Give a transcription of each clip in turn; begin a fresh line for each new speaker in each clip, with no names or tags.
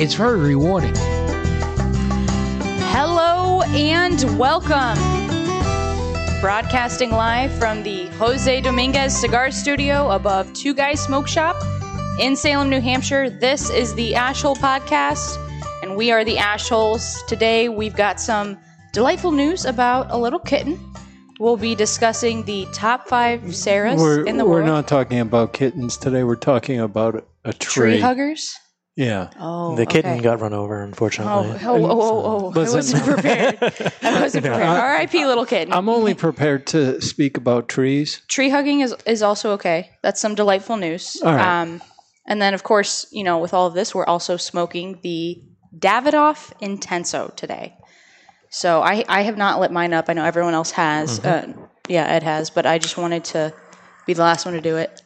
It's very rewarding.
Hello and welcome. Broadcasting live from the Jose Dominguez Cigar Studio above Two Guys Smoke Shop in Salem, New Hampshire. This is the Ashhole Podcast, and we are the Ashholes. Today we've got some delightful news about a little kitten. We'll be discussing the top five Sarahs
We're,
in the
we're
world.
not talking about kittens today. We're talking about a tree.
tree huggers.
Yeah.
Oh,
The kitten
okay.
got run over,
Oh,
unfortunately.
oh, oh, oh, oh. I
Listen.
wasn't prepared. I wasn't prepared. R.I.P. little kitten.
I'm only prepared to speak about trees.
tree hugging is, is also okay. That's some delightful news.
All right.
Um, and then, of course, you know, with all of this, we're also smoking the Davidoff Intenso today. So I, I have not lit mine up. I know everyone else has.
Mm-hmm.
Uh, yeah, Ed has, but I just wanted to be the last one to do it.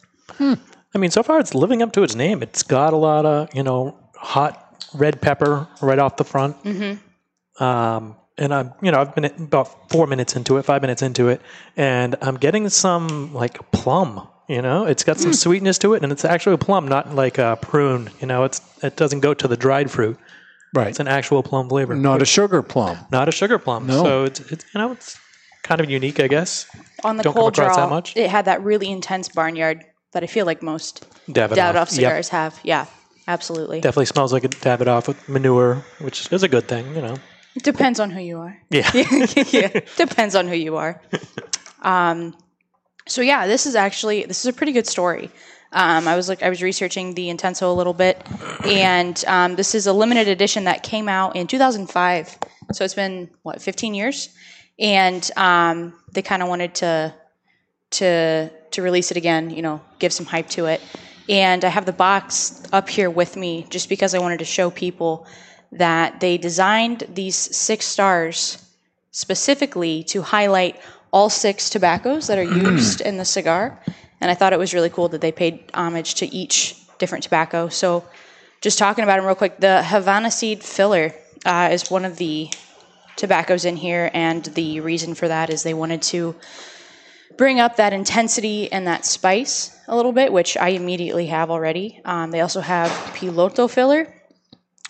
I mean, so far it's living up to its name. It's got a lot of, you know, hot red pepper right off the front. Mm-hmm. Um, and I'm, you know, I've been about four minutes into it, five minutes into it, and I'm getting some like plum. You know, it's got some
Hmm.
sweetness to it, and it's actually a plum, not like a prune. You know, it's it doesn't go to the dried fruit.
Right.
It's an actual plum flavor,
Not a sugar plum.
not a sugar plum.
No.
So it's, it's you know it's kind of unique, I guess.
On the
Don't come
cold
across
draw,
that much?
it had that really intense barnyard that I feel like most
Davidoff,
Davidoff
Yep.
cigars have. Yeah, absolutely.
definitely smells like a Davidoff with manure, which is a good thing, you know.
Depends on who you are.
Yeah.
yeah, depends on who you are. Um, so yeah, this is actually this is a pretty good story. Um, I was like I was researching the Intenso a little bit, and um, this is a limited edition that came out in 2005. So it's been what 15 years, and um, they kind of wanted to to to release it again. You know, give some hype to it. And I have the box up here with me just because I wanted to show people that they designed these six stars specifically to highlight all six tobaccos that are used in the cigar. And I thought it was really cool that they paid homage to each different tobacco. So, just talking about them real quick, the Havana seed filler uh, is one of the tobaccos in here, and the reason for that is they wanted to bring up that intensity and that spice a little bit, which I immediately have already. Um, they also have piloto filler,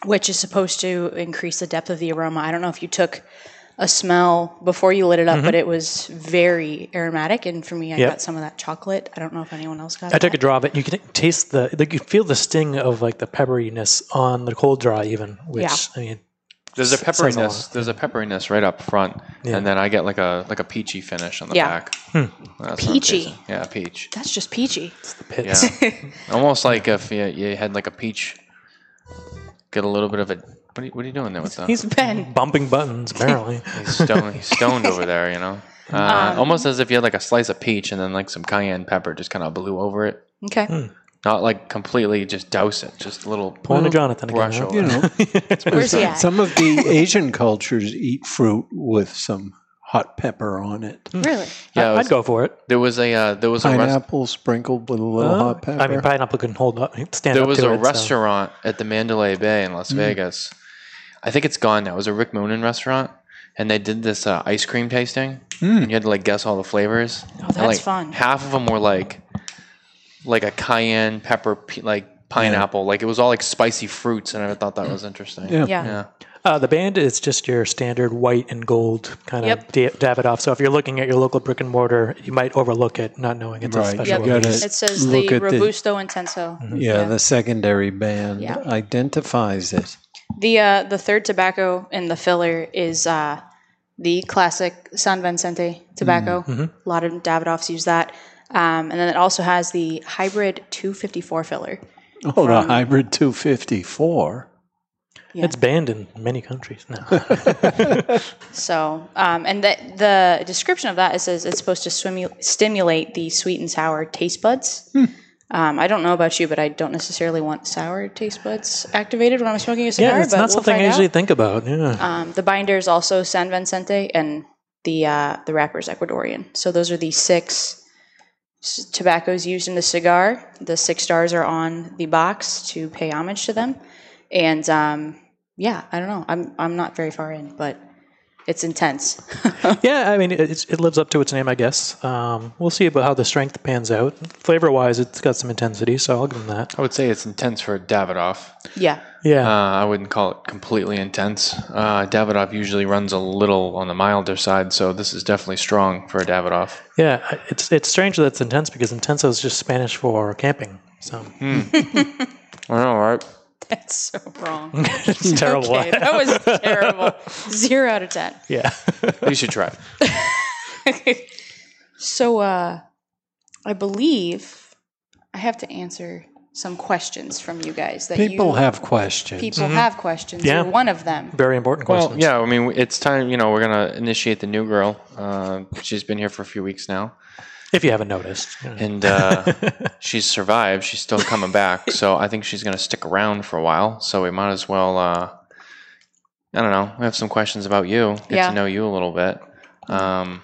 which is supposed to increase the depth of the aroma. I don't know if you took a smell before you lit it up, but it was very aromatic, and for me, I
Yep.
got some of that chocolate. I don't know if anyone else got.
I took a
that.
draw of it. You can taste the, like, you feel the sting of like the pepperiness on the cold draw, even, which,
Yeah.
I mean,
There's a
S- says a
pepperiness.
lot.
There's a pepperiness right up front,
Yeah. Hmm.
and then I get like a like a peachy finish on the
Yeah.
back. That's what I'm
Peachy.
tasting. Yeah, peach.
That's just peachy.
it's the pits.
Yeah, almost like if you, you had like a peach. Get a little bit of a. What are you, what are you doing there with that?
He's
Ben.
bumping buttons, apparently.
He's stoned. He's stoned over there. You know.
Um,
Uh, almost as if you had like a slice of peach and then like some cayenne pepper just kind of blew over it.
Okay.
Not like completely just douse it, just a little
Point to Jonathan again.
brush
huh?
over.
You know,
Where's he at?
some of the Asian cultures eat fruit with some hot pepper on it.
Hmm. Really?
Yeah, it
I,
was-
would go for it.
there was a uh, there was a rest-
Pineapple sprinkled with a little
Uh,
hot pepper.
I mean, pineapple can hold up, stand
there
up
was
to
a
it, so- Mm.
restaurant at the Mandalay Bay in Las Vegas. I think it's gone now. It was a Rick Moonen restaurant, and they did this uh, ice cream tasting.
Mm.
And you had to like guess all the flavors. Oh,
that's fun.
Half of them were like, like a cayenne pepper, pe- like pineapple. Like it was all like spicy fruits, and I thought that was interesting.
Yeah.
Yeah.
Yeah.
Uh, the band is just your standard white and gold kind of
Yep.
da- Davidoff. So if you're looking at your local brick and mortar, you might overlook it, not knowing it's a
Right.
special
Yep. You
release.
gotta
It says
look
the
at the,
Robusto Intenso.
Hmm.
yeah, the secondary band
Yeah.
identifies it.
The uh, the third tobacco in the filler is uh, the classic San Vicente tobacco.
Hmm. Mm-hmm.
A lot of Davidoffs use that, um, and then it also has the hybrid 254 filler.
Oh, the hybrid 254.
It's banned in many countries now.
So, um, and the,
Hmm.
the description of that it says it's supposed to swimu- stimulate the sweet and sour taste buds. Um, I don't know about you, but I don't necessarily want sour taste buds activated when I'm smoking a cigar.
yeah, it's
but
not
we'll
something I
find
usually
out.
think about. Yeah.
Um, the binder is also San Vicente, and the uh, the wrapper is Ecuadorian. So those are the six s- tobaccos used in the cigar. The six stars are on the box to pay homage to them. And um, yeah, I don't know. I'm I'm not very far in, but it's intense.
yeah, I mean, it- it's, it lives up to its name, I guess. Um, we'll see about how the strength pans out. Flavor wise, it's got some intensity, so I'll give them that.
I would say it's intense for Davidoff.
yeah.
Uh,
Yeah.
I wouldn't call it completely intense. Uh, Davidoff usually runs a little on the milder side, so this is definitely strong for a Davidoff.
yeah. I- It's, it's strange that it's intense because intenso is just Spanish for camping. So
Hmm. I know, right?
That's so wrong.
it's terrible.
Okay, that was terrible. Zero out of ten.
yeah.
You should try. it.
So uh I believe I have to answer some questions from you guys that
People
you,
have questions.
people
Mm-hmm.
have questions.
Yeah.
You're one of them.
Very important
Well,
question.
yeah, I mean, it's time, you know, we're going to initiate the new girl. Uh, she's been here for a few weeks now,
If you haven't noticed. Yeah.
and uh, she's survived. She's still coming back, so I think she's going to stick around for a while, so we might as well, uh, I don't know, we have some questions about you, get
Yeah.
to know you a little bit. Um,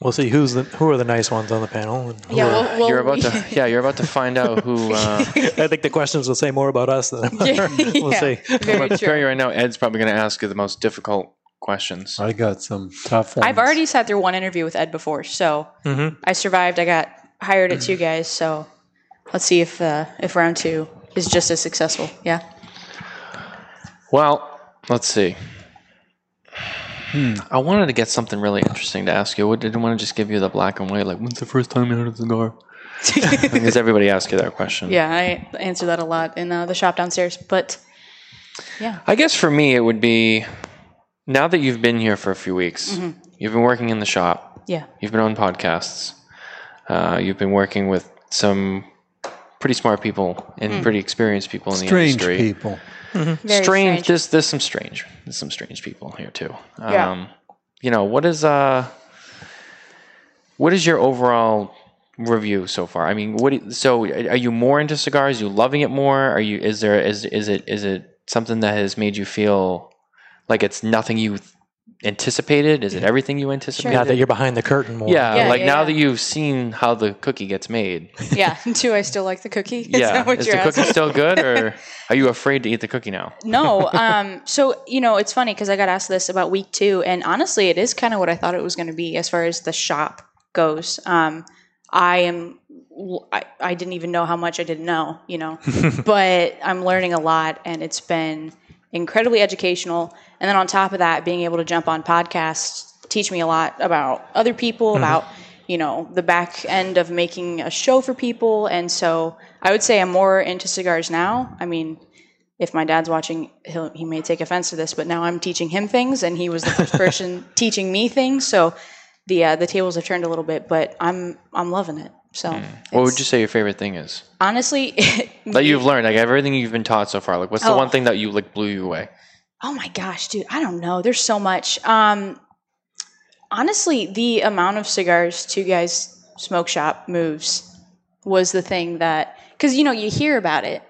We'll see who's the, who are the nice ones on the panel. and who
Yeah,
are-
well, well
you're about to, yeah, you're about to find out who. Uh,
I think the questions will say more about us than about her. We'll
yeah,
see.
Very
But tell
true.
you right now, Ed's probably going to ask you the most difficult questions.
I got some tough ones.
I've already sat through one interview with Ed before, so
Mm-hmm.
Mhm.
I survived. I got hired at two guys, so let's see if uh, if round two is just as successful. Yeah.
Well, let's see. Hmm. I wanted to get something really interesting to ask you. I didn't want to just give you the black and white, like, when's the first time you had a cigar? Because everybody asks you that question.
Yeah, I answer that a lot in uh, the shop downstairs, but
I guess for me, it would be now that you've been here for a few weeks,
Mm-hmm.
you've been working in the shop,
yeah.
You've been on podcasts. Uh, you've been working with some pretty smart people and pretty experienced people in the
strange
industry.
people.
Hmm. Mm-hmm.
strange.
Very strange.
There's there's some strange. There's some strange people here too. Um,
Yeah.
You know what is uh, what is your overall review so far? I mean, what do you- so are you more into cigars? you loving it more? Are you is there is is it is it something that has made you feel like it's nothing you anticipated? Is it everything you anticipated?
Now that you're behind the curtain more.
yeah,
Yeah,
like
yeah,
now
yeah.
that you've seen how the cookie gets made.
Yeah. Do I still like the cookie? Is
yeah,
that what
is
you're
the cookie
asking?
still good, or are you afraid to eat the cookie now?
no. Um, so you know, it's funny because I got asked this about week two, and honestly, it is kind of what I thought it was going to be as far as the shop goes. Um, I am. I, I didn't even know how much I didn't know, you know, but I'm learning a lot, and it's been incredibly educational. And then on top of that, being able to jump on podcasts teach me a lot about other people, about you know the back end of making a show for people. And so I would say I'm more into cigars now. I mean, if my dad's watching, he'll, he may take offense to this, but now I'm teaching him things, and he was the first person teaching me things. So the uh, the tables have turned a little bit, but I'm I'm loving it. So
What would
it's-
you say your favorite thing is?
honestly?
that you've learned, like everything you've been taught so far. Like, what's the
Oh.
one thing that you like blew you away?
oh my gosh, dude, I don't know. There's so much. Um, honestly, the amount of cigars Two Guys Smoke Shop moves was the thing that because you know you hear about it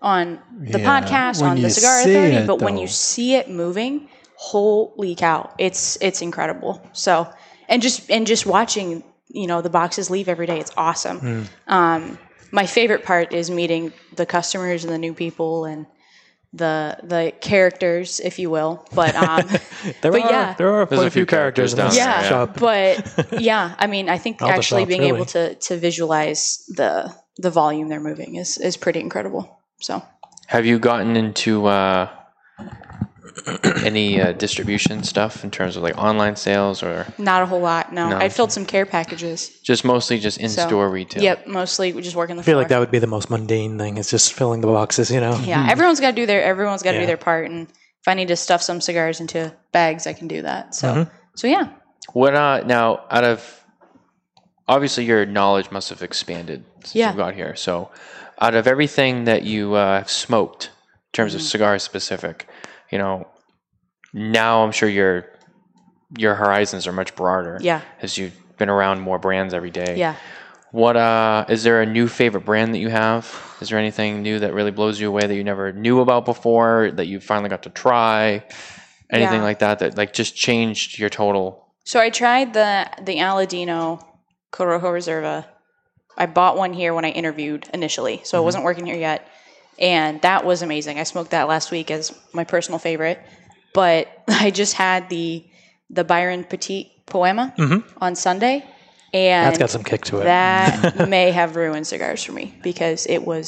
on the
Yeah,
podcast
when
on
you
the Cigar
see
Authority,
it,
but when
though.
you see it moving, holy cow, it's it's incredible. So and just and just watching you know the boxes leave every day, it's awesome.
Mm-hmm.
Um, my favorite part is meeting the customers and the new people and the the characters, if you will. But um,
There
But
are
yeah.
there are
There's
quite a few characters,
down
in this
there, yeah.
shop.
but yeah, I mean, I think
All the
actually
shops,
being
really.
able to to visualize the the volume they're moving is is pretty incredible. So
Have you gotten into uh, any uh, distribution stuff in terms of like online sales or
not a whole lot. No,
No.
I filled some care packages.
just mostly just in
So,
store retail?
Yep, mostly we just work in the
I feel
floor.
like that would be the most mundane thing. It's just filling the boxes, you know.
yeah, everyone's got to do their everyone's got to do
Yeah.
their part, and if I need to stuff some cigars into bags, I can do that. So
Mm-hmm.
so yeah,
What uh, now? Out of obviously your knowledge must have expanded since
Yeah.
you got here. So, out of everything that you uh, have smoked in terms
Mm-hmm.
of cigars specific, you know, now I'm sure your your horizons are much broader.
Yeah.
as you've been around more brands every day.
yeah.
What uh is there a new favorite brand that you have? Is there anything new that really blows you away that you never knew about before that you finally got to try? Anything
Yeah.
like that that like just changed your total?
So I tried the the Aladino Corojo Reserva. I bought one here when I interviewed initially, so
Mm-hmm.
I wasn't working here yet, and that was amazing. I smoked that last week as my personal favorite, but I just had the the Byron Petit Poema on Sunday, and
That's got some kick to it.
that may have ruined cigars for me because it was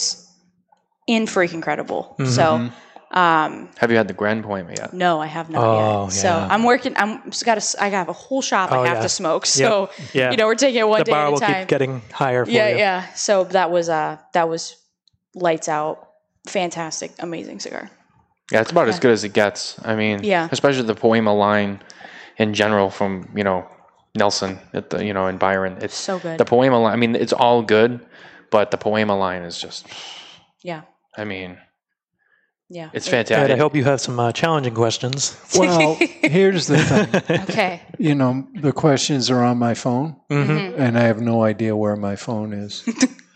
in freaking credible. So
Mm-hmm.
um,
Have you had the Grand Point yet?
no, I have not
Oh,
yet. So
yeah.
I'm working. I'm just got to. I have a whole shop
Oh,
I have
yeah.
to smoke. So
Yeah.
you know, we're taking it one
the
day
bar
at a
will
time.
keep getting higher for
yeah,
you.
yeah. So that was uh that was lights out. Fantastic, amazing cigar.
Yeah, it's about as good as it gets. I mean,
Yeah.
especially the Poema line in general from you know Nelson at the you know and Byron. It's
So good.
the Poema line. I mean, it's all good, but the Poema line is just.
Yeah,
I mean,
yeah.
it's
All right,
fantastic.
I hope you have some uh, challenging questions.
Well, here's the thing.
okay. Mm-hmm.
You know, the questions are on my phone,
Mm-hmm.
and I have no idea where my phone is.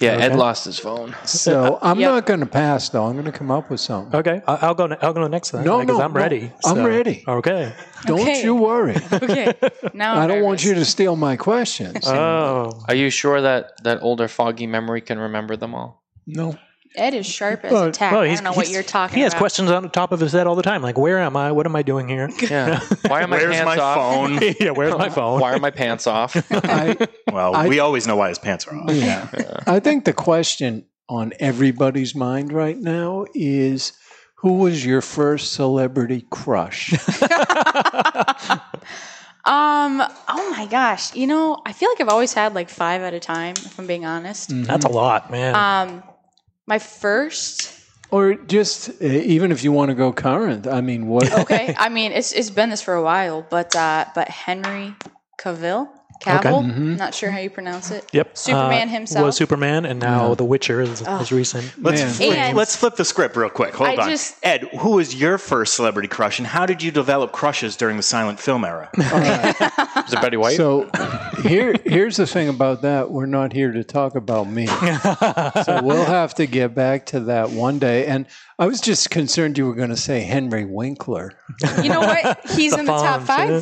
yeah, Ed lost his phone.
So I'm
Yep.
not going to pass, though. I'm going to come up with something.
Okay, I- I'll go. ne- I'll go next. Then,
No,
because
no,
Uh, I'm
no.
ready.
I'm ready.
Okay.
Don't
Okay.
you worry.
Okay. Now I'm
I don't want
nervous.
you to steal my questions.
Oh,
Are you sure that that older foggy memory can remember them all?
no.
Ed is sharp as
Well,
a tack.
well, Oh,
I
he's-
don't know what
he's-
you're talking
He has
about.
questions on the top of his head all the time. Like, where am I? What am I doing here?
Yeah. Why are my
Where's
pants
my
off?
phone?
yeah, where's my phone?
Why are my pants off?
I,
Well,
I-
we always know why his pants are off.
yeah. I think the question on everybody's mind right now is who was your first celebrity crush?
Um. Oh my gosh. You know, I feel like I've always had like five at a time. If I'm being honest.
Mm-hmm. That's
Mm-hmm.
a lot, man.
Um, my first.
or just uh, even if you want to go current, I mean, what?
Okay. I mean, it's it's been this for a while, but uh, but Henry Cavill. Cavill. Not sure how you pronounce it.
yep.
Superman
Uh,
himself.
was Superman, and now The Witcher is, is recent.
Let's
Man.
flip,
And-
let's flip the script real quick. Hold
I
on,
just-
Ed. Who was your first celebrity crush, and how did you develop crushes during the silent film era?
Is it Betty White?
So here, here's the thing about that. We're not here to talk about me. so we'll have to get back to that one day. And I was just concerned you were going to say Henry Winkler.
You know what? He's in the top
Fonz,
five,
isn't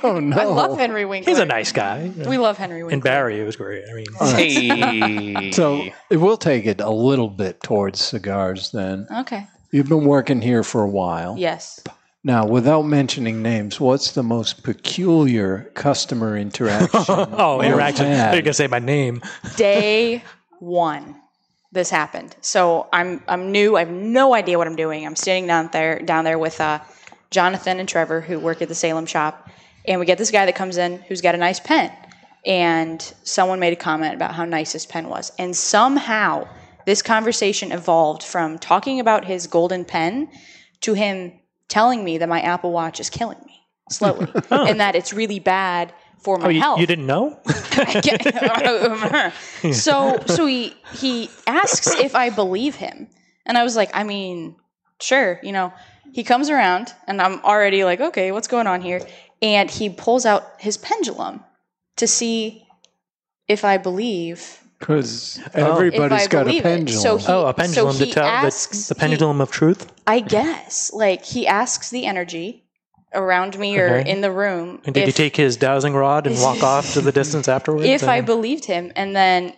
though.
Oh, no.
I love Henry Winkler.
He's a nice guy.
We love Henry
And
Winkler.
Barry, it was great. I mean,
hey.
So we'll take it a little bit towards cigars then.
okay.
You've been working here for a
Oh.
while.
Yes.
Now, without mentioning names, what's the most peculiar customer interaction?
oh,
you've
interaction.
had?
They're gonna say my name.
Day one, this happened. So I'm I'm new. I have no idea what I'm doing. I'm standing down there down there with uh, Jonathan and Trevor, who work at the Salem shop, and we get this guy that comes in who's got a nice pen, and someone made a comment about how nice his pen was, and somehow this conversation evolved from talking about his golden pen to him telling me that my Apple Watch is killing me slowly, and that it's really bad for my
Oh, you,
health.
you didn't know?
Yeah. so so he he asks if I believe him, and I was like, I mean, sure, you know. He comes around, and I'm already like, okay, what's going on here? And he pulls out his pendulum to see if I believe.
Because
Oh. If I
everybody's got a
believe it.
pendulum.
So he-
Oh, a pendulum
he
to tell
asks-
the, the pendulum of truth.
I guess, like, he asks the energy around me or
Okay.
in the room.
And did he
if-
take his dowsing rod and walk off to the distance afterwards?
if I
mean,
believed him, and then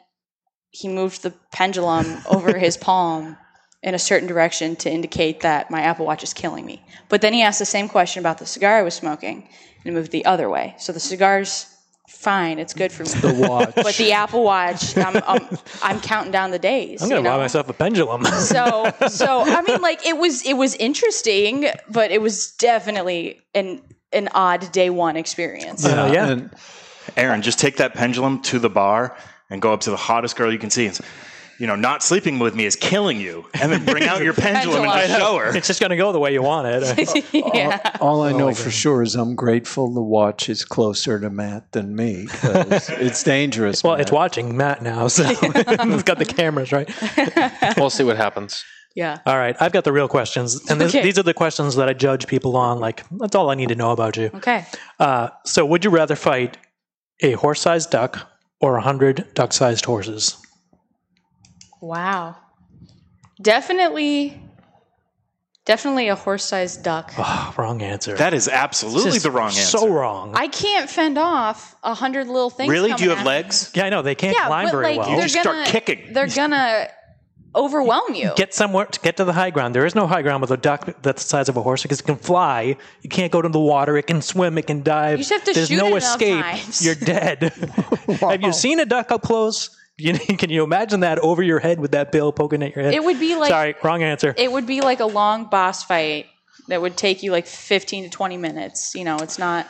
he moved the pendulum over his palm in a certain direction to indicate that my Apple Watch is killing me. But then he asked the same question about the cigar I was smoking and moved the other way. So the cigar's fine; it's good for me.
the watch.
but the Apple Watch, I'm, I'm, I'm counting down the days.
I'm gonna
you know?
buy myself a pendulum.
So, so I mean, like it was, it was interesting, but it was definitely an an odd day one experience.
Uh, yeah.
And
Aaron, just take that pendulum to the bar and go up to the hottest girl you can see. And, say, you know, not sleeping with me is killing you. And then bring out your pendulum and just show her.
it's just gonna go the way you want it.
yeah.
all I know for sure is I'm grateful the watch is closer to Matt than me 'cause it's dangerous.
Well,
Matt.
it's watching Matt now, so it's got the cameras right.
we'll see what happens.
yeah.
All right, I've got the real questions, and this,
Okay.
these are the questions that I judge people on. Like that's all I need to know about you.
Okay.
Uh, so, would you rather fight a horse-sized duck or 100 duck sized horses.
Wow. Definitely, definitely a horse-sized duck.
Ah, wrong answer.
That is absolutely
Just
the wrong answer.
So wrong.
I can't fend off a hundred little things.
really? Do
coming
you have
at me.
legs?
yeah, I know. They can't
Yeah,
climb
but
very
like
well.
they're
You start
gonna
kicking.
They're gonna overwhelm you.
Get somewhere to get to the high ground. There is no high ground with a duck that's the size of a horse because it can fly. You can't go to the water. It can swim. It can dive.
You just have to
There's
shoot
no
it enough
escape.
times.
You're dead. Have you seen a duck up close? You, can you imagine that over your head with that bill poking at your head?
It would be like-
Sorry, wrong answer.
it would be like a long boss fight that would take you like fifteen to twenty minutes. You know, it's not.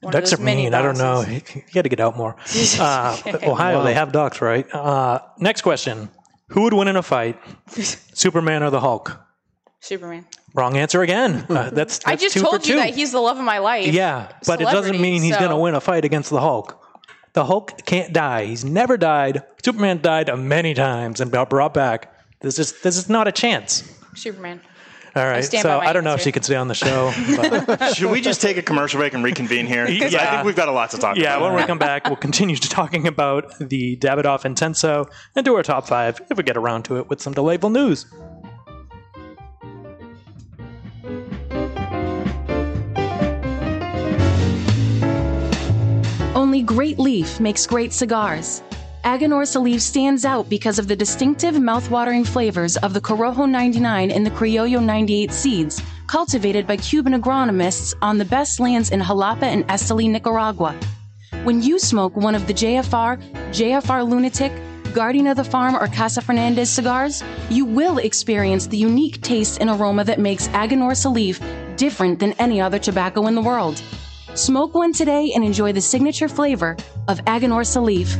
One
Ducks are
of those mini
mean. I don't know.
bosses.
You got to get out more. Uh, Ohio, they have ducks, right? Uh, next question: Who would win in a fight, Superman or the Hulk?
Superman.
Wrong answer again. Uh, that's, that's
I just
two for
told you
two.
that he's the love of my life.
yeah, but it doesn't
celebrity,
mean he's
so-
going to win a fight against the Hulk. The Hulk can't die. He's never died. Superman died many times and got brought back. This is this is not a chance.
Superman.
All right.
stand
so
by my
I don't know if
answer.
she can stay on the show. But
Should we just take a commercial break and reconvene here? 'Cause I
Yeah.
think we've got a lot to talk
yeah,
about.
when we come back, we'll continue to talking about the Davidoff Intenso and do our top five if we get around to it with some delightful news.
Only Great Leaf makes great cigars. Aganor Salif stands out because of the distinctive mouthwatering flavors of the Corojo 99 and the Criollo 98 seeds, cultivated by Cuban agronomists on the best lands in Jalapa and Esteli, Nicaragua. When you smoke one of the JFR, JFR Lunatic, Guardian of the Farm, or Casa Fernandez cigars, you will experience the unique taste and aroma that makes Aganor Salif different than any other tobacco in the world. Smoke one today and enjoy the signature flavor of Aganor Salif.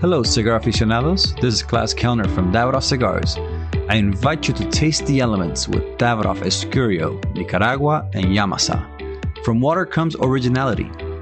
Hello, cigar aficionados. This is Klaus Kellner from Davidoff Cigars. I invite you to taste the elements with Davidoff Escurio, Nicaragua, and Yamasa. From water comes originality.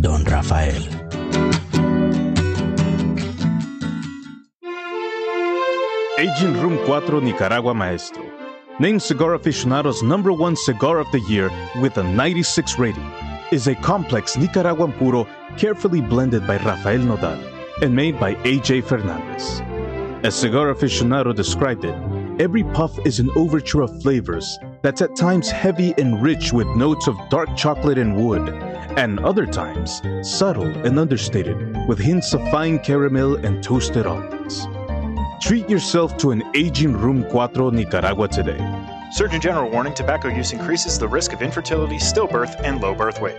Don Rafael.
Agent Room 4 Nicaragua Maestro. Named Cigar Aficionado's number one cigar of the year with a 96 rating, is a complex Nicaraguan puro carefully blended by Rafael Nodal and made by AJ Fernandez. As Cigar Aficionado described it, every puff is an overture of flavors that's at times heavy and rich with notes of dark chocolate and wood, and other times subtle and understated with hints of fine caramel and toasted almonds. Treat yourself to an aging Room 4 Nicaragua today.
Surgeon General warning tobacco use increases the risk of infertility, stillbirth, and low birth weight.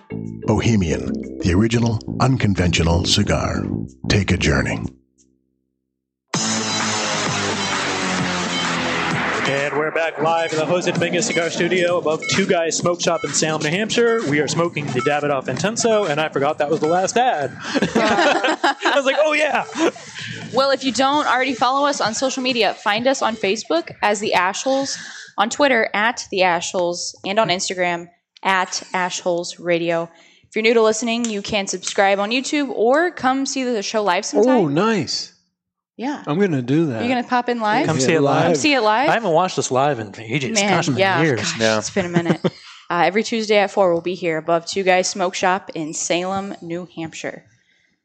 Bohemian, the original unconventional cigar. Take a journey.
And we're back live in the Jose Dominguez Cigar Studio above Two Guys Smoke Shop in Salem, New Hampshire. We are smoking the Davidoff Intenso, and I forgot that was the last ad. I was like, oh yeah.
Well, if you don't already follow us on social media, find us on Facebook as The Ashholes, on Twitter at The Ashholes, and on Instagram at Ashholes Radio. If you're new to listening, you can subscribe on YouTube or come see the show live sometime.
Oh, nice.
yeah.
I'm going to do
You're
that.
going to pop in live?
Come see it live.
Come see it live?
I haven't watched this live in ages.
Man,
gosh,
yeah.
years.
Gosh, It's been a minute. uh, every Tuesday at four, we'll be here above Two Guys Smoke Shop in Salem, New Hampshire.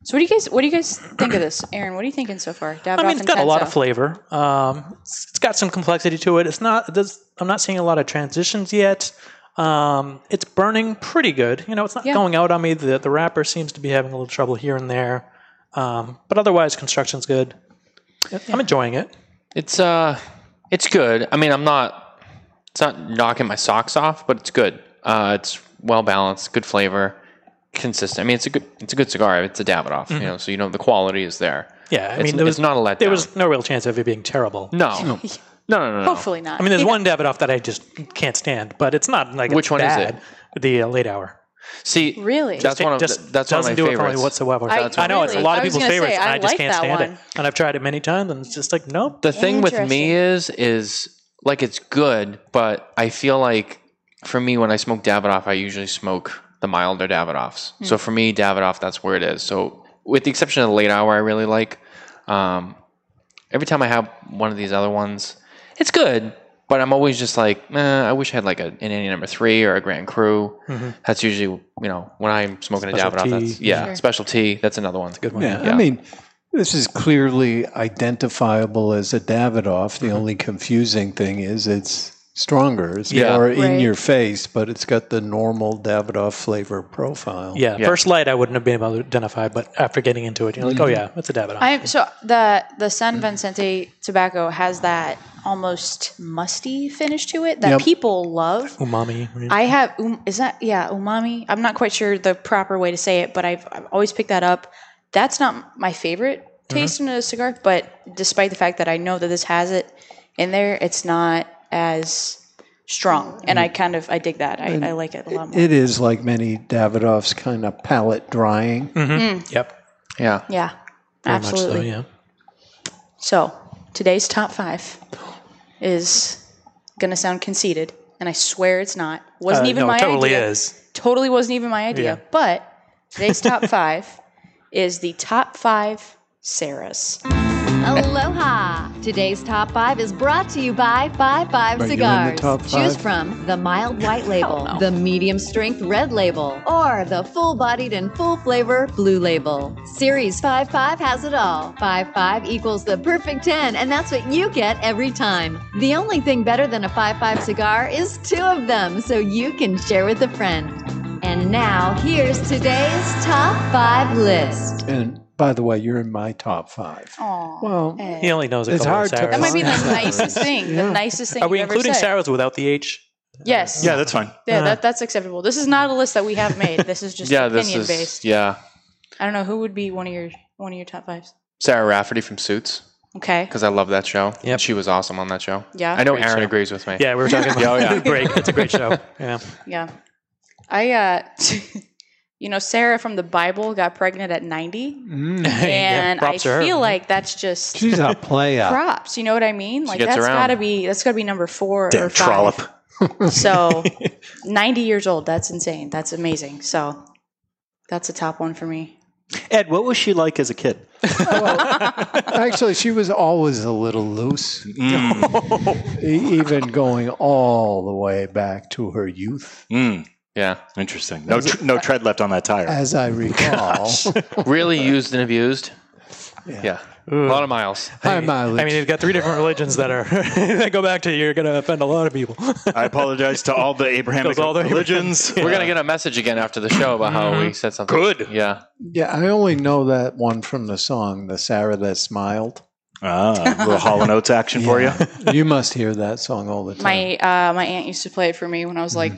So, what do you guys? What do you guys think of this, Aaron? What are you thinking so far? Davidoff
I mean, it's got a lot of
Intenso.
flavor. Um, it's, it's got some complexity to it. It's not. There's, I'm not seeing a lot of transitions yet. Um, it's burning pretty good. You know, it's not
Yeah.
going out on me. The the wrapper seems to be having a little trouble here and there, um, but otherwise, construction's good. I'm enjoying it.
It's uh, it's good. I mean, I'm not. It's not knocking my socks off, but it's good. Uh, it's well balanced, good flavor, consistent. I mean, it's a good. It's a good cigar. It's a Davidoff,
Mhm.
you know. So you know the quality is there.
Yeah, I
It's-
mean, there
it's
was
not a letdown.
There was no real chance of it being terrible.
no, no, no, no. no.
Hopefully not.
I mean, there's
Yeah.
one Davidoff that I just can't stand, but it's not like
Which one is
is it? The uh, late hour.
See,
Really?
that's one of the- that's one of
doesn't
my
do it for
favorites.
me whatsoever.
I-
I know it's a
really?
lot
I
of
was
people's
gonna say,
favorites, and
I
I, just
like
can't
that
stand
one.
it. And I've tried it many times, and it's just like, nope.
The thing with
Interesting.
me is, is like it's good, but I feel like for me, when I smoke Davidoff, I usually smoke the milder Davidoffs.
Hmm.
So for me, Davidoff, that's where it is. So with the exception of the late hour, I really like. Um, every time I have one of these other ones, it's good, but I'm always just like, eh, I wish I had like a, an Indian number three or a Grand Cru.
Mhm.
That's usually, you know, when I'm smoking a
Specialty.
Davidoff, that's, yeah,
Sure.
specialty. That's another one.
Good one.
Yeah, I mean, this is clearly identifiable as a Davidoff.
Mm-hmm.
The only confusing thing is it's stronger. It's
Yeah.
more
Right.
in your face, but it's got the normal Davidoff flavor profile.
Yeah,
Yeah.
first light I wouldn't have been able to identify, but after getting into it, you're like, oh
Mm-hmm.
yeah, it's a Davidoff.
I am so the the San Vicente tobacco has that almost musty finish to it that
Yep.
people love.
Umami. right?
I have um, is that yeah umami. I'm not quite sure the proper way to say it, but I've, I've always picked that up. That's not my favorite taste in a cigar, but despite the fact that I know that this has it in there, it's not as strong, and I kind of I dig that. I, I like it a lot more.
It is like many Davidoffs, kind of palate drying.
Mm-hmm. yep.
yeah.
Mm. yeah,
Very
absolutely.
much so, yeah.
So today's top five is going to sound conceited, and I swear it's not. Wasn't
Uh,
even
no,
my
it totally
idea.
is.
Totally wasn't even my idea.
Yeah.
But today's top five is the top five Sarahs.
Oh. Aloha! Today's top five is brought to you by Five Five
But you're in the
Cigars.
top
Choose
five?
from the mild white label, the medium strength red label, or the full bodied and full flavor blue label. Series Five Five has it all. Five Five equals the perfect 10, and that's what you get every time. The only thing better than a Five Five cigar is two of them, so you can share with a friend. And now, here's today's top five list.
And by the way, you're in my top five.
Aw.
Well,
Eh.
He only knows a
It's
couple
hard
of
to
Sarahs.
That might be the
Yeah.
nicest thing. The nicest thing
Are we
you've ever
including
said.
Sarahs without the H? Uh-huh.
Yes.
Yeah, that's fine.
Yeah, that, that's acceptable. This is not a list that we have made. This is just
yeah,
opinion
this is,
based.
yeah.
I don't know who would be one of your one of your top fives.
Sarah Rafferty from Suits.
Okay.
because I love that show.
Yep.
She was awesome on that show.
Yeah.
I know
Great
Aaron
show.
agrees with me.
Yeah, we were talking about
Yeah, oh, yeah.
great. It's a great show. Yeah.
Yeah. I, uh, you know, Sarah from the Bible got pregnant at 90.
Mm-hmm.
And I
props to her.
feel like that's just
Mm. she's a player.
props. You know what I mean? Like
gets
that's
around.
gotta be, that's gotta be number four or
Damn
five.
trollop.
So 90 years old. That's insane. That's amazing. So that's a top one for me.
Ed, what was she like as a kid?
Actually, she was always a little loose,
Mm.
E- even going all the way back to her youth.
Mm.
Yeah.
Interesting. No, tr- no tread left on that tire.
As I recall.
really used and abused. Yeah. A lot of miles.
High mileage.
I mean, you've got three different religions that are that go back to you're going to offend a lot of people.
I apologize to all the Abrahamic
Goes all the way back.
religions.
We're gonna get a message again after the show about how
Mm-hmm.
we said something.
Good.
Yeah.
Yeah, I only know that one from the song, The Sarah That Smiled.
Ah, a little Hall and Oates action for you.
you must hear that song all the time.
My uh, my aunt used to play it for me when I was like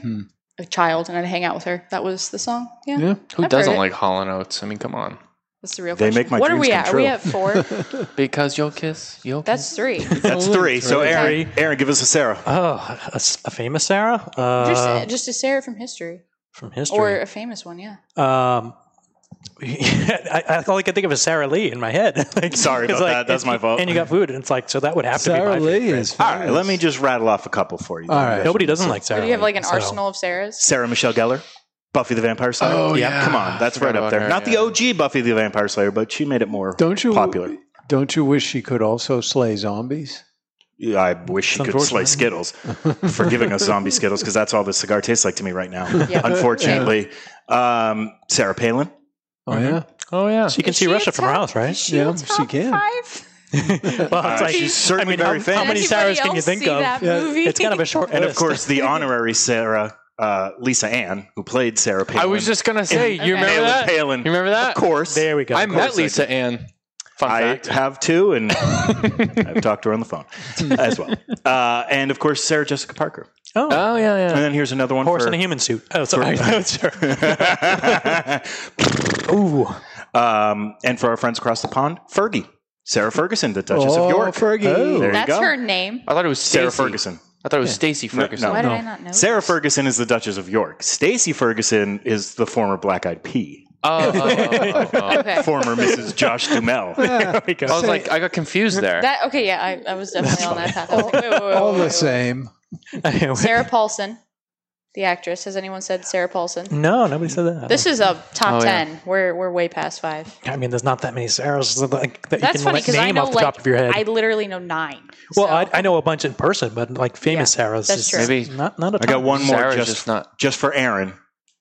a child, and I'd hang out with her. That was the song. Yeah,
Mm-hmm. Who
I've
doesn't
heard it.
like Hall and Oates? I mean, come on.
That's the real.
They
question.
make my
What are
dreams
we
come
at? Are we
true.
at four?
Because you'll kiss. You'll.
That's three.
That's three. So Aaron, Aaron, give us a Sarah.
Oh, a, s- a famous Sarah uh,
just, a- just a Sarah from history,
from history.
or a famous one. Yeah.
Um, I, I, all I could think of is Sarah Lee in my head. like,
Sorry
it's
about that. That's my fault.
And you got food, and it's like so that would have
Sarah
to be my
Lee
favorite.
is
All right, let me just rattle off a couple for you.
All right. Nobody doesn't like
Or do you have like an arsenal of Sarahs?
Sarah Michelle Gellar, Buffy the Vampire Slayer.
Oh, yeah.
come on, that's
Forgot
right
about
up there.
her,
Not
yeah.
the OG Buffy the Vampire Slayer, but she made it more
Don't you-
popular.
Don't you wish she could also slay zombies?
Yeah, I wish she could slay
unfortunate.
Skittles for giving us zombie Skittles because that's all the cigar tastes like to me right now.
Yeah.
Unfortunately, um, Sarah Palin. Mm-hmm.
Oh, yeah.
Oh yeah, she can see Russia from her house, right?
yeah, she can.
Well, it's
Uh,
like
she's certainly
I mean,
very
how, how many
famous.
Sarahs can you think of? It's kind of a short
And of
list.
course, the honorary Sarah, uh, Lisa Ann, who played Sarah Palin.
I was just gonna say,
in
you remember
Palin,
that?
Palin.
You remember that?
Of course.
There we go.
I
Of
met
course
Lisa
do.
Ann. Fun
I
fact.
have too, and I've talked to her on the phone as well. Uh, and of course, Sarah Jessica Parker.
Oh. yeah, yeah.
And then here's another one.
Horse
for,
in a human suit. Oh, sorry. Sure.
Ooh. Um, and for our friends across the pond, Fergie. Sarah Ferguson, the Duchess
Oh,
of York.
Fergie.
There you
That's
go.
her name.
I thought it was
Sarah
Stacey.
Ferguson.
I thought it was Stacy Ferguson.
No,
Why did I not know?
Sarah Ferguson is the Duchess of York. Stacy Ferguson is the former Black Eyed Pea.
Oh, oh, oh, oh, oh.
Okay.
Former Mrs. Josh Dumel.
I
we go.
was like, I got confused there.
That okay? Yeah, I, I was definitely on that path. I was like, wait, wait, wait,
All
wait,
the
wait, wait.
same.
Sarah Paulson, the actress. Has anyone said Sarah Paulson?
no, nobody said that.
This is a top
Oh, yeah.
ten. We're we're way past five.
I mean, there's not that many Sarahs like, that
That's
you can
funny
like,
because I
name
know
off the
like
top of your head.
I literally know nine.
well, I, I know a bunch in person, but like famous Sarahs,
that's
is
true.
Maybe-
not not a
I got
ton.
one more
Sarah's
just,
just not-
just for Aaron.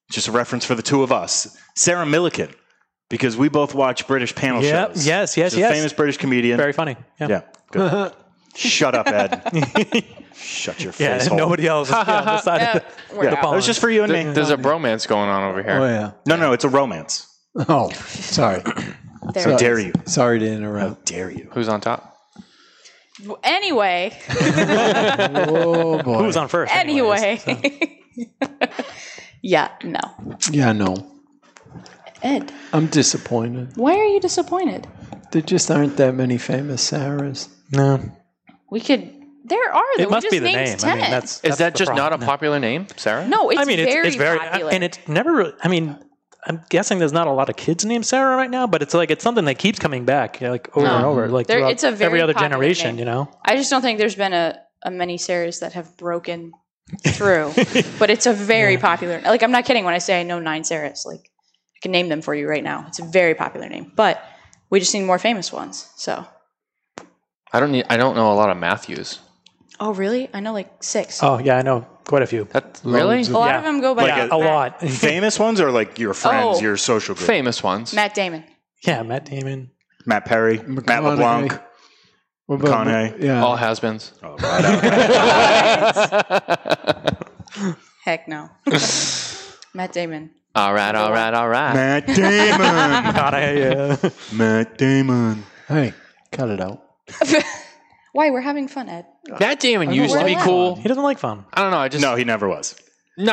Just a reference for the two of us. Sarah Milliken, because we both watch British panel
Yep.
shows.
Yes, yes,
She's a
yes.
famous British comedian.
Very funny. Yeah.
yeah. Good. Shut up, Ed. Shut your
Yeah,
face. hole.
nobody else. Yeah, on the side of the,
We're
Yeah,
out.
that was just for you and me.
There- There's a bromance going on over here.
Oh, yeah.
No, no, it's a romance.
Oh, sorry.
There
How
it
dare you?
Sorry to
How
interrupt.
dare you?
Who's on top?
is. Anyway,
Oh, boy.
who was on first? anyways?
anyway. yeah. No.
Yeah, no.
Ed,
I'm disappointed.
why are you disappointed?
There just aren't that many famous Sarahs.
No,
We could. There are. Though.
it
We
must
just
be the
named
name.
10.
I mean, that's
Is that
the
just
problem.
not a popular name, Sarah?
no. It's,
I mean,
very, popular.
I- and it's never. Really, I mean, I'm guessing there's not a lot of kids named Sarah right now, but it's like it's something that keeps coming back, yeah, like over and over, like
Oh. There-
throughout
it's a very
every other
popular
generation.
name.
You know,
I just don't think there's been a, a many series that have broken through, but it's a very popular. Like I'm not kidding when I say I know nine Sarahs. Like I can name them for you right now. It's a very popular name, but we just need more famous ones. So.
I don't need. I don't know a lot of Matthews.
Oh really? I know like six.
oh yeah, I know quite a few.
That really
a lot of
yeah.
them go by
Like
Yeah,
Matt.
a lot.
Famous ones or like your friends,
Oh.
your social group?
famous ones.
Matt Damon.
yeah, Matt Damon.
Matt Perry, Matt LeBlanc.
What about-
McConaughey.
Yeah.
All has-beens.
Oh,
Heck no. Matt Damon.
all right, all right, all right.
Matt Damon.
God, I, uh, yeah.
Matt Damon.
Hey, cut it out.
Why? We're having fun, Ed.
Matt Damon used to
why
be
not.
cool.
he doesn't like fun.
I don't know. I just
No,
no.
he never was.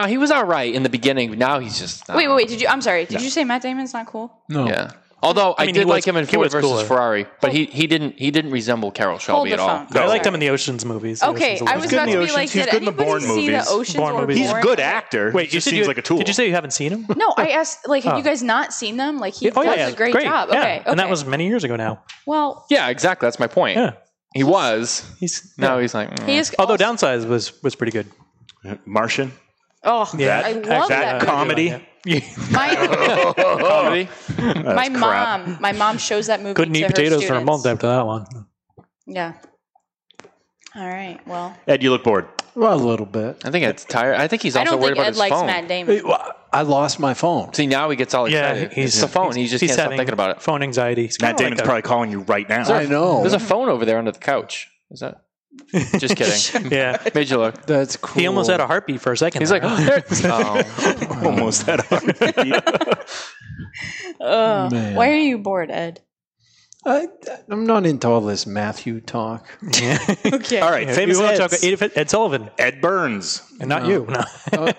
he was all right in the beginning. But now he's just not.
Wait, wait, wait. Did you? I'm sorry. Did you say Matt Damon's not cool?
No.
Yeah. Although I,
mean, he
did like
was-
him in
he
Ford
was
versus
cooler.
Ferrari, but he, he didn't he didn't resemble Carol Shelby
the
at all.
phone. No.
I liked
Sorry.
him in the Ocean's movies.
Okay,
Ocean's
I
Eleven.
was
good
about
in the
to be
Oceans.
like,
He's
did
good in the
anybody
Bourne
see
movies.
the Ocean's
Bourne
or
movies.
He's a
Bourne?
good actor.
Wait,
He
you
just
said
seems
you-
like a tool.
Did you say you haven't seen him?
No, I asked. Like, have
Oh.
you guys not seen them? Like, he
Oh
does
yeah,
a great, job.
Yeah.
Okay, okay.
and that was many years ago now.
well.
Yeah, exactly. That's my point.
Yeah,
He was.
he's
Now
yeah.
he's like. mm.
He is.
Although downsize was was pretty good.
Martian.
Oh,
Yeah.
I love that.
That
movie.
comedy.
My,
Comedy?
my
crap.
mom. My mom shows that movie.
Couldn't
to
eat
her
potatoes for a
students.
month after that one.
Yeah. All right. Well,
Ed, you look bored.
Well, a little bit.
I think it's tired. I think he's
I
also
don't
worried
think
about
Ed
his
likes
phone.
Matt Damon.
I lost my phone.
See, now he gets all
Yeah,
excited.
he's-
it's the phone. He just
he's
can't stop
having
thinking about it.
Phone anxiety. It's
Matt
kinda
Damon's
like a-
probably calling you right now.
There's a- There's a phone over there under the couch. Is that? Just kidding.
yeah.
Made you look.
That's cool.
He almost had a heartbeat for a second.
He's like,
oh.
almost had a
Ugh.
Man.
why are you bored, Ed?
I, I'm not into all this Matthew talk.
Okay.
All right, famous
we
Eds.
want to talk Ed, Ed Sullivan,
Ed Burns,
and not you. No.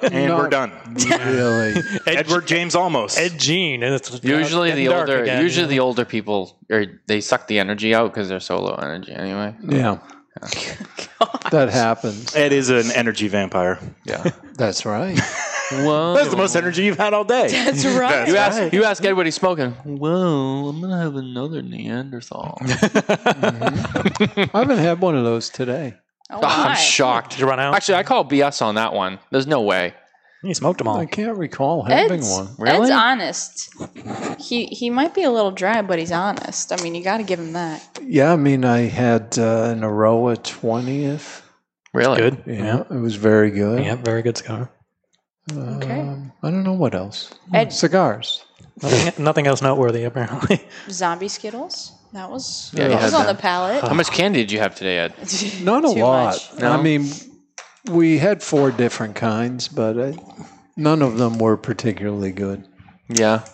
and we're
Not
done.
Really?
Edward James almost.
Ed Jean. And it's
Usually
getting
the
dark
older,
again.
usually the older people, or they suck the energy out because they're so low energy anyway.
Yeah. that happens.
Ed is an energy vampire.
Yeah.
That's right.
Whoa.
That's the most energy you've had all day.
That's right.
You ask, you ask Ed what he's smoking. Whoa, I'm gonna have another Neanderthal.
I haven't had one of those today.
Oh,
I'm
my.
shocked.
Did you run out?
Actually, I call BS on that one. There's no way.
he smoked them all.
I can't recall having
Ed's,
one.
Really?
Ed's honest. He he might be a little dry, but he's honest. I mean, you got to give him that.
Yeah, I mean, I had uh, an Aroa 20th.
Really?
Good.
Yeah, it was very good.
Yeah, very good cigar.
Okay.
Um, I don't know what else. Hmm,
Ed-
Cigars.
Nothing, nothing else noteworthy apparently.
Zombie Skittles. That was
Yeah, he
that was
had
on
that.
the palate.
How much candy did you have today, Ed?
Not a
Too
lot.
No?
I mean, we had four different kinds, but I, none of them were particularly good.
Yeah.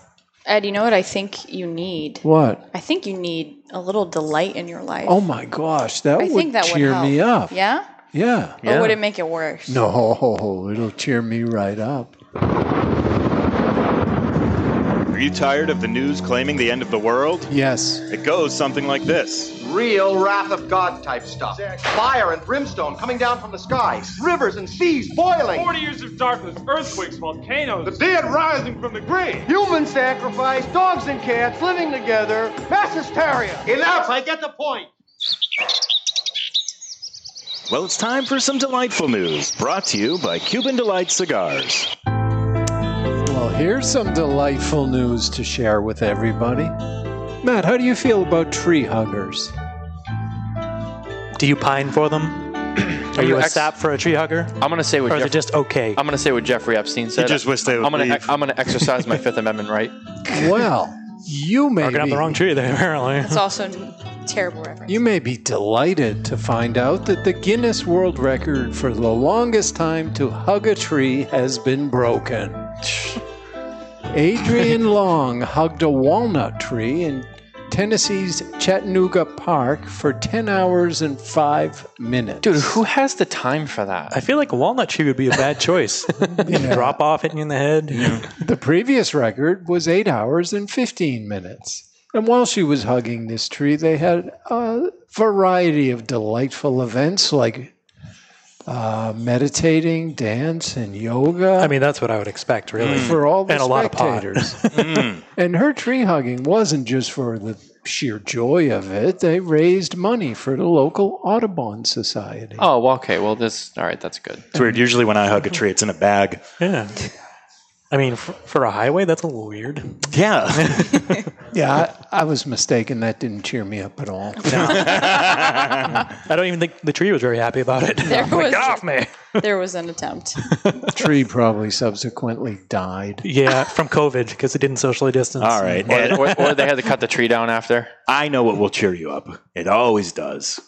Ed, you know what I think you need?
What?
I think you need a little delight in your life.
Oh my gosh, that
I
would
think that would
cheer
help.
me up.
Yeah?
Yeah.
Yeah.
Or would it make it worse?
No, it'll cheer me right up.
Are you tired of the news claiming the end of the world?
Yes.
It goes something like this.
Real wrath of God type stuff. Fire and brimstone coming down from the sky. Rivers and seas boiling.
40 years of darkness, earthquakes, volcanoes.
The dead rising from the grave. Human sacrifice, dogs and cats living together. Mass hysteria. Enough, I get the point.
Well, it's time for some delightful news brought to you by Cuban Delight Cigars.
Well, here's some delightful news to share with everybody. Matt, how do you feel about tree huggers?
Do you pine for them? Are you a sap for a tree hugger?
I'm gonna say what
Or are they
Jeff-
just okay?
I'm gonna say what Jeffrey Epstein said.
just wished they would
I'm gonna e-
leave.
I'm gonna exercise my Fifth Amendment right.
Well, you may
Barking up
be
the wrong tree there, apparently.
It's also a terrible reference.
You may be delighted to find out that the Guinness World Record for the longest time to hug a tree has been broken. Adrian Long hugged a walnut tree in Tennessee's Chattanooga Park for 10 hours and 5 minutes.
Dude, who has the time for that?
I feel like a walnut tree would be a bad choice. Drop off, hitting you in the head.
The previous record was 8 hours and 15 minutes. And while she was hugging this tree, they had a variety of delightful events like uh, meditating, dance, and yoga.
I mean, that's what I would expect, really.
Hmm. for all the
and a lot of pot.
spectators. and her tree hugging wasn't just for the sheer joy of it, they raised money for the local Audubon Society.
Oh, well, okay. Well, this. All right, that's good.
It's weird. Usually when I hug a tree, it's in a bag.
Yeah. I mean, for, for a highway, that's a little weird.
Yeah.
Yeah, I, I was mistaken. That didn't cheer me up at all.
I don't even think the tree was very happy about it.
There was,
off me.
there was an attempt.
The tree probably subsequently died.
Yeah, from COVID because it didn't socially distance.
All right.
Or,
Ed,
or, or they had to cut the tree down after.
I know what will cheer you up. It always does.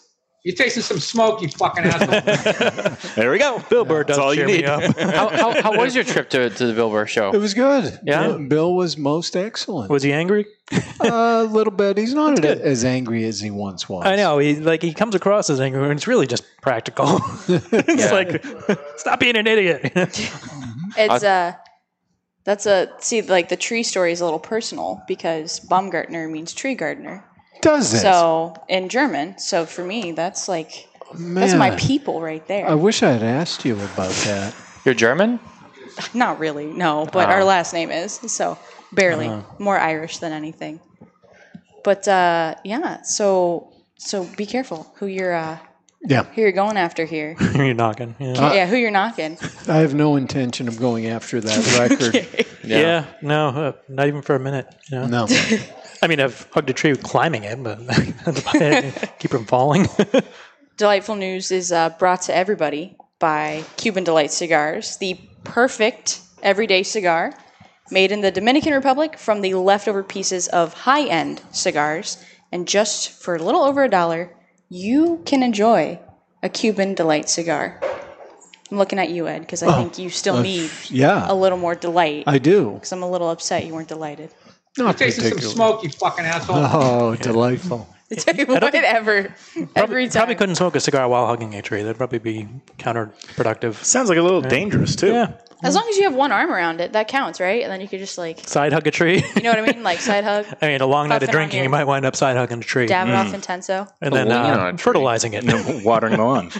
You're tasting some smoke, you fucking asshole.
There we go. Billboard
does
Oh,
That's all
cheer
you
me
need.
up.
How, how, how was your trip to, to the Bill Burr
It
show?
was good.
Yeah?
Bill- Bill was most excellent.
Was he angry?
a little bit. He's not a- as angry as he once was.
I know. He like he comes across as angry, and it's really just practical. it's
Yeah.
like stop being an idiot.
It's uh that's a see like the tree story is a little personal because Baumgartner means tree gardener.
Does it?
So in German, so for me that's like that's my
Man,
people right there.
I wish I had asked you about that.
You're German?
Not really, no, but our last name is so barely more Irish than anything. But uh, yeah, so so be careful who you're uh,
Yeah.
who you're going after here.
You're knocking. Yeah.
yeah, who you're knocking.
I have no intention of going after that record.
Yeah. no, uh, not even for a minute. You know?
No.
I mean, I've hugged a tree with climbing it, but that's about it. keep from falling.
Delightful news is uh, brought to everybody by Cuban Delight Cigars, the perfect everyday cigar made in the Dominican Republic from the leftover pieces of high end cigars. And just for a little over a dollar, you can enjoy a Cuban Delight cigar. I'm looking at you, Ed, because I
Oh,
think you still
uh,
need
yeah.
a little more delight.
I do.
Because I'm a little upset you weren't delighted.
Not
Tasted some
particularly.
smoke, you fucking asshole.
Oh, delightful. Mm.
Whatever. Every time.
Probably couldn't smoke a cigar while hugging a tree. That'd probably be counterproductive.
Sounds like a little dangerous too.
Yeah,
As long as you have one arm around it, that counts, right? And then you could just like,
side hug a tree.
you know what I mean? Like side hug,
I mean, a long night of
Puffing on
drinking,
your-
you might wind up side hugging a tree. Mm.
dab it off intenso.
and then uh, fertilizing it,
watering the lawn.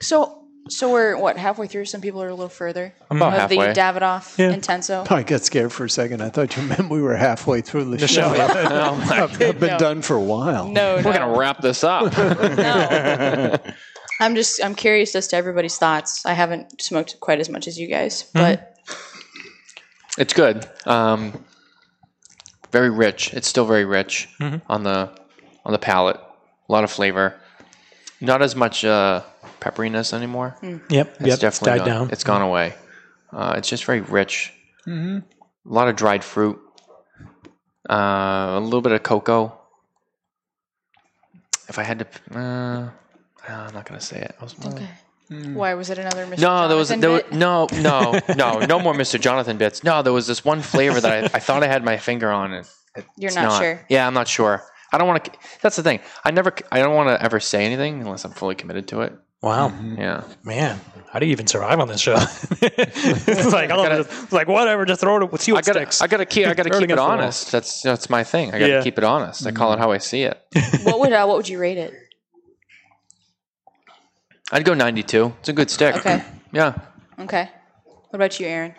So, so we're what halfway through. Some people are a little further.
About
of
halfway.
The Davidoff
Yeah.
Intenso.
I got scared for a second. I thought you meant we were halfway through the,
The
show.
show. Oh, my
I've been
No.
done for a while.
No,
We're
no.
gonna wrap this up.
I'm just I'm curious as to everybody's thoughts. I haven't smoked quite as much as you guys, but
It's good. Um, very rich. It's still very rich
Mm-hmm.
Mhm.
on the on the palate. A lot of flavor. Not as much uh, pepperiness anymore.
Mm. Yep,
It's
yep, it's
definitely
died
gone-
down.
It's gone away. Uh, it's just very rich.
Mhm.
A lot of dried fruit. Uh, a little bit of cocoa. If I had to, uh, uh, I'm not gonna say it. I was
okay. Why was it another Mr.
no, there was,
Jonathan
there was
bit?
no, no, no, no more Mr. Jonathan bits. No, there was this one flavor that I, I thought I had my finger on, and it-
You're
it's
not sure.
Yeah, I'm not sure. I don't want to. That's the thing. I never. I don't want to ever say anything unless I'm fully committed to it. Mm-hmm.
Wow.
Yeah.
Man, how do you even survive on this show? it's like, I'll just- it's like whatever, just throw it with see what
I gotta,
sticks.
I gotta keep. I gotta
Throw it
keep it
against the wall.
honest. That's that's my thing. I gotta
Yeah. Mm-hmm.
keep it honest. I call it how I see it.
what would uh, what would you rate it?
I'd go 92. It's a good stick.
Okay.
Yeah.
Okay. What about you, Aaron?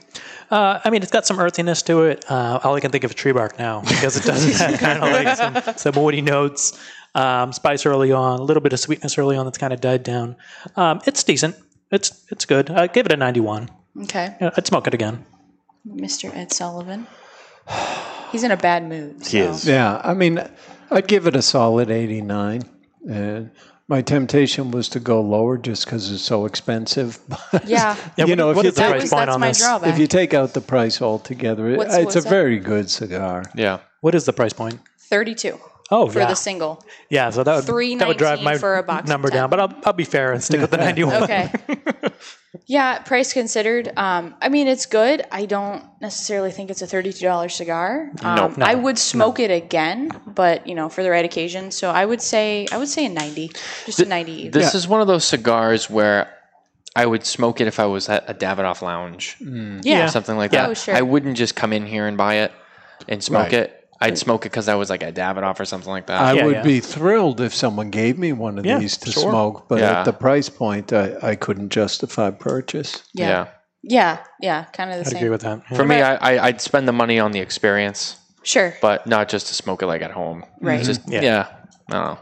Uh, I mean, it's got some earthiness to it. Uh, all I can think of is tree bark now because it does have kind of like some, some woody notes, um, spice early on, a little bit of sweetness early on that's kind of died down. Um, it's decent. It's it's good. I give it a 91.
Okay.
Yeah, I'd smoke it again.
Mr. Ed Sullivan. He's in a bad mood. so-
Yeah, I mean, I'd give it a solid 89. And my temptation was to go lower just because it's so expensive. But,
Yeah.
you know, if you
That
take
was- that's my drawback.
if you take out the price altogether, it,
What's-
it's
what's
a
that?
very good cigar.
Yeah.
What is the price point?
32
Oh,
for
yeah.
the single.
Yeah, so that would, that would drive
319
my
for a box
number
of 10.
down, but I'll, I'll be fair and stick with the 91.
Okay. yeah, price considered. Um, I mean, it's good. I don't necessarily think it's a thirty-two dollar cigar. Um,
No, no,
I would smoke it again, but you know, for the right occasion. So I would say, I would say a ninety, just a ninety.
This is one of those cigars where I would smoke it if I was at a Davidoff lounge.
Mm.
Yeah.
Or something like
Yeah.
that.
Oh, sure.
I wouldn't just come in here and buy it and smoke
Right.
it. I'd smoke it because I was like at Davidoff or something like that.
I would be thrilled if someone gave me one of
Yeah,
these to
sure.
smoke, but
Yeah.
at the price point, I, I couldn't justify purchase.
Yeah. Yeah. yeah, yeah, kind of the same.
that.
For me, I, I, I'd spend the money on the experience,
Sure.
but not just to smoke it like at home.
Right.
It's Just,
Mm-hmm.
Mhm. Yeah.
yeah. I don't know.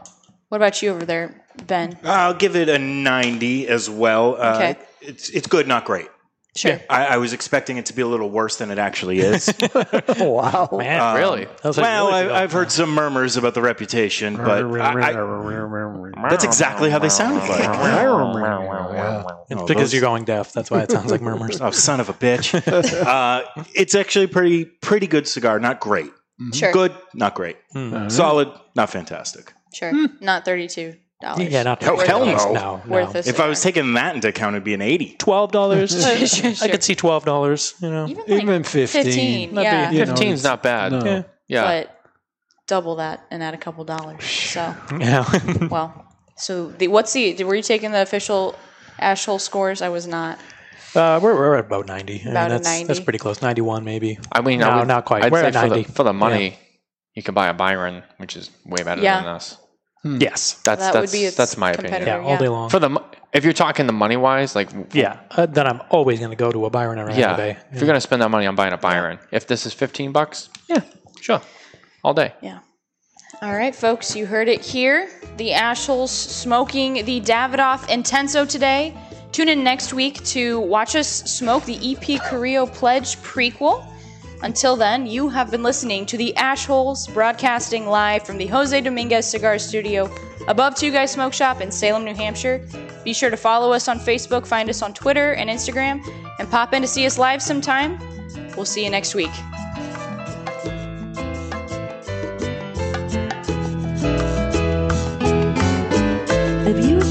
What about you over there, Ben?
I'll give it a 90 as well. Uh,
Okay.
It's it's good, not great.
Sure.
I, I was expecting it to be a little worse than it actually is.
wow. Man,
Um,
really?
well, I, I've heard some murmurs about the reputation, but I, I, that's exactly how they sounded like.
It's because you're going deaf. That's why it sounds like murmurs.
oh, son of a bitch! uh, it's actually pretty pretty good cigar. Not great.
Sure.
Good, not great.
Mm.
Solid, not fantastic.
Sure, not thirty-two dollars.
Yeah, not Hell- hell $32. no.
Worth a
If I was taking that into account, it'd be an eighty.
Twelve dollars.
Sure,
I could see twelve dollars. You know,
even,
even
15, 15,
That'd
yeah.
be- you know,
15
it's-
is not bad.
no.
Yeah. Yeah.
but double that and add a couple dollars. So,
Yeah.
well, so the, what's the? Were you taking the official ashhole scores? I was not.
Uh, we're, we're at about ninety. I mean,
About a
that's,
90.
That's pretty close. Ninety-one, maybe.
I mean,
no,
I would,
not quite.
I'd
we're
say
at ninety
For the, for the money,
Yeah.
you can buy a Byron, which is way better
Yeah.
than us.
Yes,
That's
That would
that's
be its
that's my opinion.
competitor, Yeah, all yeah. day
long.
For the mo- if you're talking the money wise, like w-
Yeah, uh, then I'm always going to go to a Byron around
yeah,
the bay.
if you're gonna spend that money on buying a Byron, if this is fifteen bucks, yeah, sure, all day.
Yeah. All right, folks, you heard it here. The Ashholes smoking the Davidoff Intenso today. Tune in next week to watch us smoke the EP Carrillo Pledge prequel. Until then, you have been listening to the Ashholes broadcasting live from the Jose Dominguez Cigar Studio above Two Guys Smoke Shop in Salem, New Hampshire. Be sure to follow us on Facebook, find us on Twitter and Instagram, and pop in to see us live sometime. We'll see you next week.
The views